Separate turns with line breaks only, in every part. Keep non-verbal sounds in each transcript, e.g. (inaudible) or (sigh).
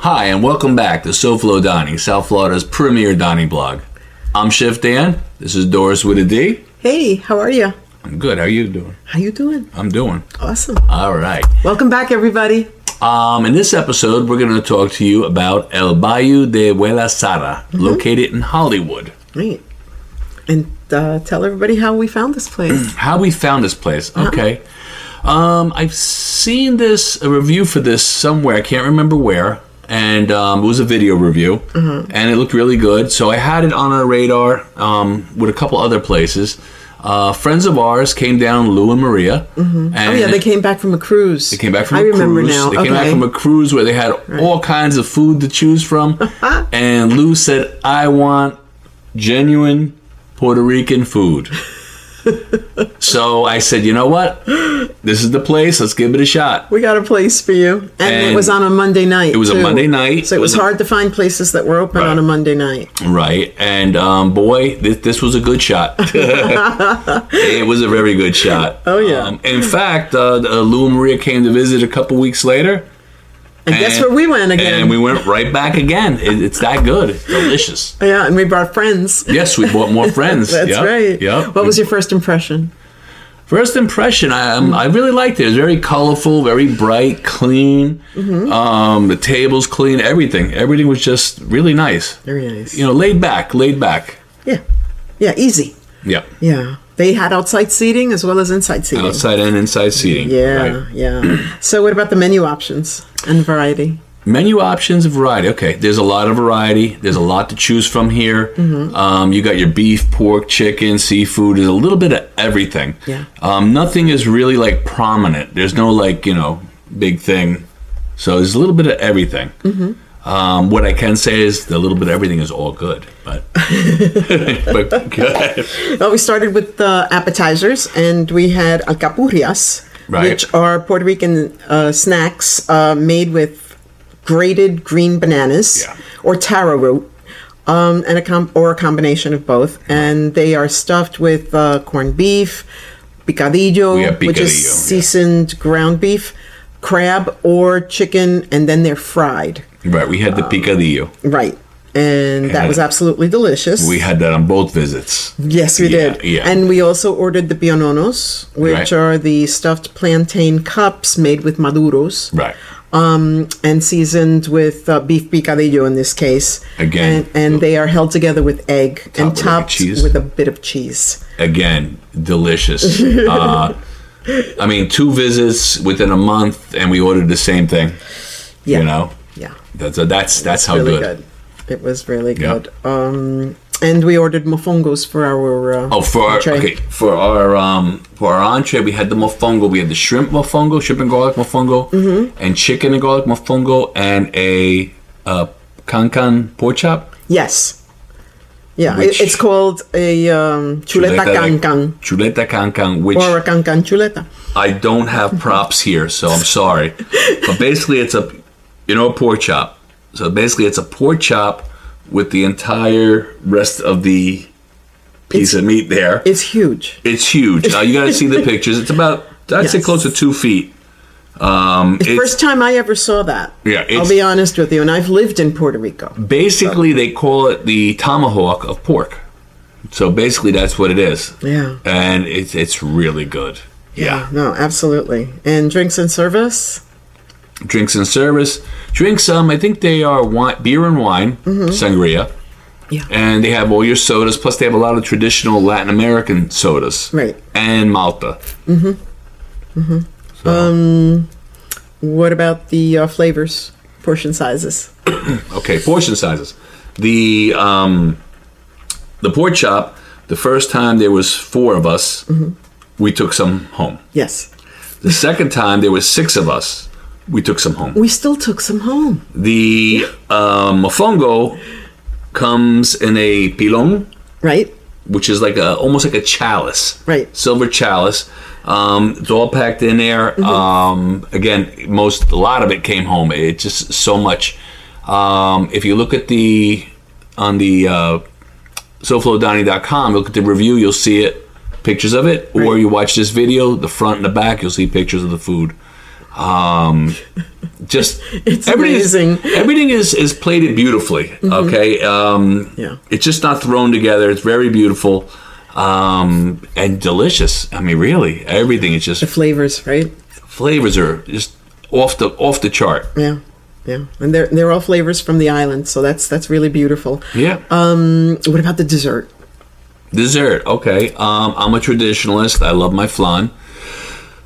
Hi, and welcome back to SoFlo Dining, South Florida's premier dining blog. I'm Chef Dan. This is Doris with a D.
Hey, how are you?
I'm good. How you doing?
How you doing?
I'm doing.
Awesome.
All right.
Welcome back, everybody.
Um, in this episode, we're going to talk to you about El Bayou de Huela Sara, located in Hollywood.
Great. And uh, tell everybody how we found this
(clears throat)
place.
How we found this place?
Uh-huh.
Okay. Um, I've seen this a review for this somewhere. I can't remember where, and um, it was a video review,
Mm-hmm.
and it looked really good. So I had it on our radar um, with a couple other places. Uh, friends of ours came down, Lou and Maria. And
oh yeah, they came back from a cruise.
They came back from
I
a
remember
cruise.
now.
They came back
Okay.
from a cruise where they had all kinds of food to choose
(laughs)
from. and Lou said, I want genuine Puerto Rican
(laughs)
food. so I said, you know what? This is the place. Let's give it a shot.
we got a place for you, and,
And
it was on a Monday night. It
was a Monday night.
so
It
it was,
was a-
hard to find places that were open
Right.
on a Monday night.
Right. And um, boy, this, this was a good
(laughs)
shot. it was a very good shot.
Oh, yeah.
Um, in fact, uh, uh, Lou and Maria came to visit a couple weeks later.
And, guess where we went again?
And we went right back again. It, it's that good. It's delicious.
yeah, and we brought friends.
Yes, we bought more friends.
(laughs) That's
Yep,
right.
Yep.
What was your first impression?
first impression? I um, I really liked it. It was very colorful, very bright, clean.
Mm-hmm.
Um, the tables clean. Everything. Everything was just really nice.
Very nice.
You know, laid back, laid back.
yeah, yeah, easy.
Yep.
Yeah, they had outside seating as well as inside seating.
Outside and inside seating.
Yeah,
Right. (clears throat)
yeah. so, what about the menu options and variety?
Menu options and variety. Okay, there's a lot of variety. There's a lot to choose from here.
Mm-hmm.
Um, you got your beef, pork, chicken, seafood. There's a little bit of everything.
Yeah.
Um, nothing is really like prominent. There's no like you know big thing. So there's a little bit of everything.
Mm-hmm.
Um, what I can say is the little bit of everything is all good,
(laughs)
but but good.
Well, we started with the appetizers, and we had alcapurrias,
Right.
which are Puerto Rican uh, snacks uh, made with grated green bananas
Yeah.
or taro root, um, and a com- or a combination of both. And they are stuffed with uh, corned beef, picadillo,
We have
which is
picadillo, yeah.
seasoned ground beef, crab or chicken, and then they're fried.
right. We
Um.
had the picadillo.
Right. And that
And
was absolutely delicious.
We had that on both visits.
yes, we
Yeah,
did.
yeah.
And we also ordered the piononos, which
Right.
are the stuffed plantain cups made with maduros
Right.
um, and seasoned with uh, beef picadillo in this case.
Again.
And, and they are held together with egg
Topped
and
with
topped
cheese.
with a bit of cheese.
again
(laughs)
delicious uh, i mean two visits within a month and we ordered the same thing
Yeah.
you know
Yeah.
that's uh, that's that's how
really
good.
good. It was really
Yeah.
good. Um, and we ordered mofongos for our. Uh,
oh for our,
entree.
okay for our um for our entree we had the mofongo we had the shrimp mofongo shrimp and garlic mofongo
Mm-hmm.
and chicken and garlic mofongo and a uh cancan pork chop
Yes. Yeah,
Which-
it, it's called a um, chuleta,
de-
cancan.
chuleta cancan which
or a cancan chuleta.
I don't have props here, so I'm sorry. But basically, it's a you know a pork chop. So basically, it's a pork chop with the entire rest of the piece of meat there.
It's huge.
It's huge. Uh, you got to see the pictures. It's about I'd say
Yes.
close to two feet. Um, it's
First time I ever saw that.
Yeah, it's-
I'll be honest with you, and I've lived in Puerto Rico.
basically they call it the tomahawk of pork. So basically, that's what it is.
Yeah.
and it's it's really good. yeah.
No, absolutely. And drinks and service.
drinks and service. Drinks, um, I think they are wine, beer and wine, sangria.
Mm-hmm. Yeah.
And they have all your sodas, plus they have a lot of traditional Latin American sodas.
Right. Mm-hmm.
And Malta.
Um, What about the uh, flavors, portion sizes?
Okay, portion sizes. The um, the pork chop. The first time there was four of us,
Mm-hmm.
we took some home.
Yes.
The second time there was six of us, we took some home.
We still took some home.
The uh, mofongo comes in a pilon.
Right.
which is like a almost like a chalice,
Right.
Silver chalice. Um, it's all packed in there.
Mm-hmm.
Um, again, most a lot of it came home. It's just so much. Um, if you look at the on the uh, SoFloDonny.com, look at the review, you'll see it pictures of it, or
Right.
you watch this video, the front and the back, you'll see pictures of the food. Um, just
(laughs) It's
is-
amazing. Mm-hmm.
everything is is plated beautifully. Okay. Um,
Yeah.
It's just not thrown together. It's very beautiful. Um, and delicious. I mean, really, everything is just
The flavors, right?
flavors are just off the off the chart.
Yeah, yeah, and they're they're all flavors from the island, so that's that's really beautiful.
Yeah.
Um, what about the dessert?
Dessert. Okay. Um, I'm a traditionalist. I love my flan.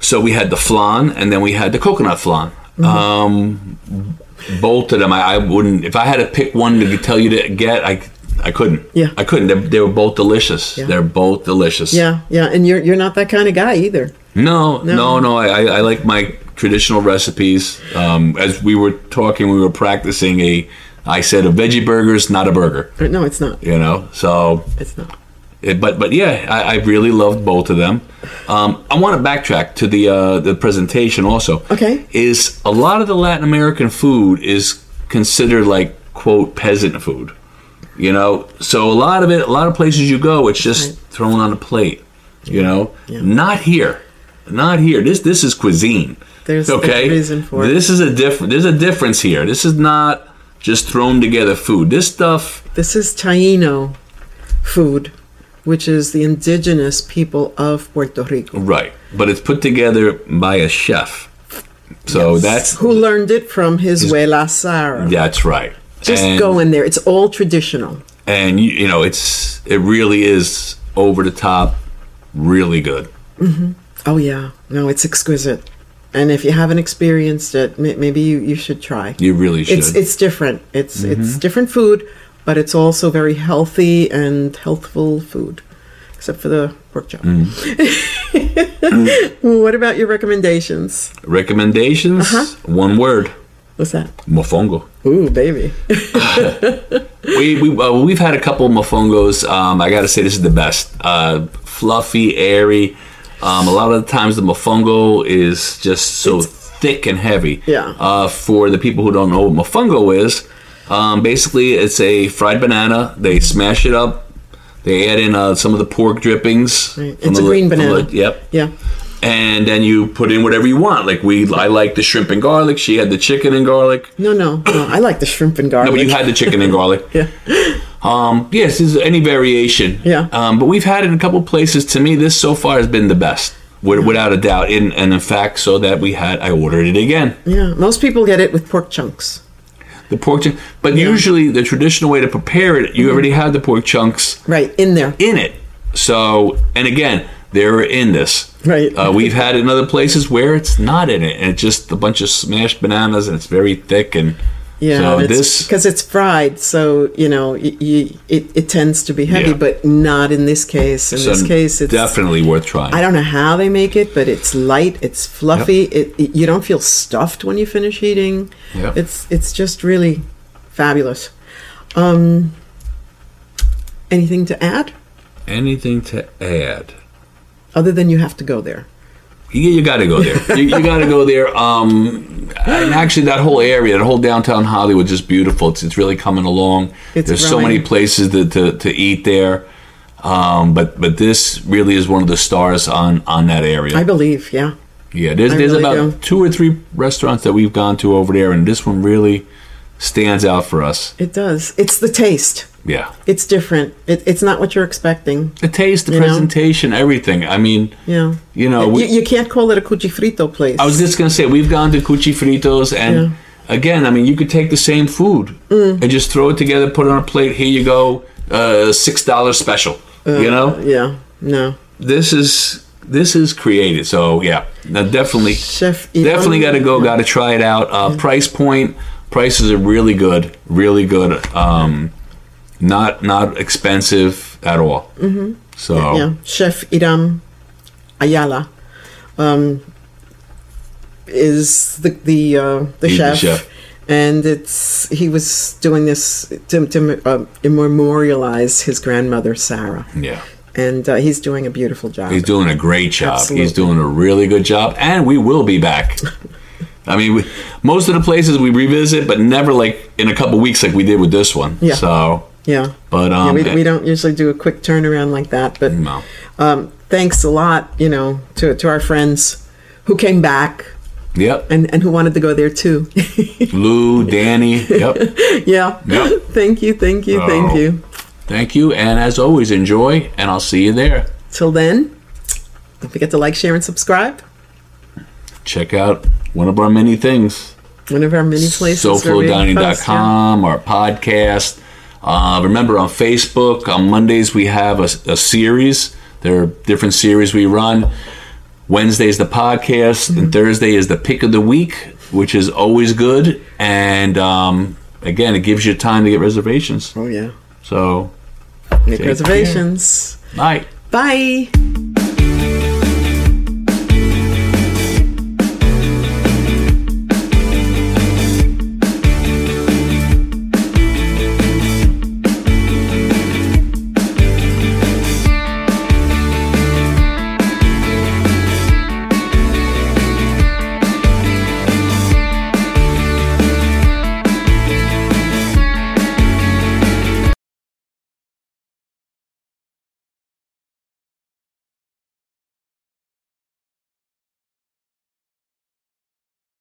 So we had the flan, and then we had the coconut flan.
Mm-hmm.
Um, both of them, I, I wouldn't. If I had to pick one to tell you to get, I I couldn't.
Yeah.
I couldn't. They, they were both delicious.
Yeah.
They're both delicious.
Yeah, yeah, and you're you're not that kind of guy either.
No, no,
No.
no. I, I, I like my traditional recipes. Um, as we were talking, we were practicing a. I said a veggie burger's not a burger.
Or, No, it's not.
You know, so
It's not.
it, but but yeah, I, I really loved both of them. Um, I want to backtrack to the uh, the presentation also.
Okay.
is a lot of the Latin American food is considered like quote peasant food, you know. So a lot of it, a lot of places you go, it's just
Right.
thrown on a plate, you know. Not here, not here. This this is cuisine.
There's a reason for it.
this is a different. There's a difference here. This is not just thrown together food. This stuff.
This is Taino food, which is the indigenous people of Puerto Rico.
Right, but it's put together by a chef. So Oh, that's
Who learned it from his Huela Sara.
that's right.
Just
and,
go in there. It's all traditional.
and you, you know it's it really is over the top, really good.
Oh, yeah. No, it's exquisite. And if you haven't experienced it, may- maybe you, you should try.
You really should. Mm-hmm.
It's, it's different. It's, it's different food, but it's also very healthy and healthful food, except for the pork chop.
Mm.
(laughs) what about your recommendations?
Recommendations?
Uh-huh.
One word:
What's that?
mofongo.
Ooh, baby.
we, we uh, we've had a couple of mofongos. Um, I got to say, this is the best. Uh, fluffy, airy. Um, a lot of the times, the mofongo is just so thick and heavy.
Yeah.
Uh, for the people who don't know what mofongo is, um, basically it's a fried banana. They smash it up. They add in uh, some of the pork drippings.
Right.
from
It's a
the-
green
from the-
banana.
yep
Yeah.
and then you put in whatever you want. Like we, I like the shrimp and garlic. She had the chicken and garlic.
No, no, no. I like the shrimp and garlic.
No, but you had the chicken and garlic.
Yeah.
Um, yes, there's any variation.
Yeah.
Um, but we've had it in a couple places. To me, this so far has been the best, wi- without a doubt. In, and in fact, so that we had, I ordered it again.
Yeah. Most people get it with pork chunks.
The pork chunk. But usually, the traditional way to prepare it,
Mm-hmm.
you already have the pork chunks
Right. In there.
in it. So, and again, they're in this.
Right.
Uh, we've had it in other places where it's not in it, and it's just a bunch of smashed bananas, and it's very thick. And
Yeah.
so
Because
this,
it's fried. So, you know, y- y- it, it tends to be heavy,
Yeah.
but not in this case. In
so
this case, it's.
definitely worth trying.
I don't know how they make it, but it's light, it's fluffy. It, it you don't feel stuffed when you finish eating.
Yep.
It's it's just really fabulous. Um, anything to add
Anything to add?
other than you have to go there?
You, you got to go there. you, you got to go there. Um, and actually, that whole area, that whole downtown Hollywood, is just beautiful. It's it's really coming along.
It's
There's so many
growing.
places to, to, to eat there. Um, but but this really is one of the stars on on that area.
I believe, yeah.
Yeah, there's,
I
there's
really
about
do.
two or three restaurants that we've gone to over there, and this one really stands out for us.
It does. It's the taste.
Yeah,
It's different. It, it's not what you're expecting.
the taste, the
know?
presentation, everything. I mean,
Yeah.
you know,
you,
we,
you can't call it a cuchifrito place.
I was just gonna say we've gone to Cuchifritos, and
Yeah. Mm.
again, I mean, you could take the same food and just throw it together, put it on a plate. Here you go, uh, six dollars special. you know,
Yeah. No.
this is this is created. So yeah, now definitely
Chef.
Definitely
Ivan-
got to go. Got to try it out. Uh, Price point. Prices are really good. Really good. Um, not not expensive at all. Mm-hmm. So
Yeah, Chef Idam Ayala um, is the the uh, the,
He's the
chef,
chef.
and it's he was doing this to, to uh, memorialize his grandmother Sarah,
yeah.
and uh, he's doing a beautiful job.
he's doing a great job. He's
Absolutely.
doing a really good job, and we will be
(laughs)
back. I mean, we, most of the places we revisit, but never like in a couple weeks like we did with this one.
Yeah.
So,
yeah,
but
yeah
um,
we, we don't usually do a quick turnaround like that, but
no.
um, thanks a lot, you know, to to our friends who came back
Yep.
and and who wanted to go there too. (laughs)
Lou, Danny. Yep.
yeah.
Yep.
(laughs) thank you, thank you, thank
Oh.
you.
Thank you. And as always, enjoy, and I'll see you there.
Till then, don't forget to like, share, and subscribe.
Check out one of our many things
One of our many places. where we post, yeah.
SoFloDining.com, our podcast. Uh, remember on Facebook, on Mondays, we have a, a series. There are different series we run. Wednesday is the podcast,
Mm-hmm.
and Thursday is the pick of the week, which is always good. And um, again, it gives you time to get reservations.
Oh yeah.
So,
Make
care.
reservations.
night.
Bye.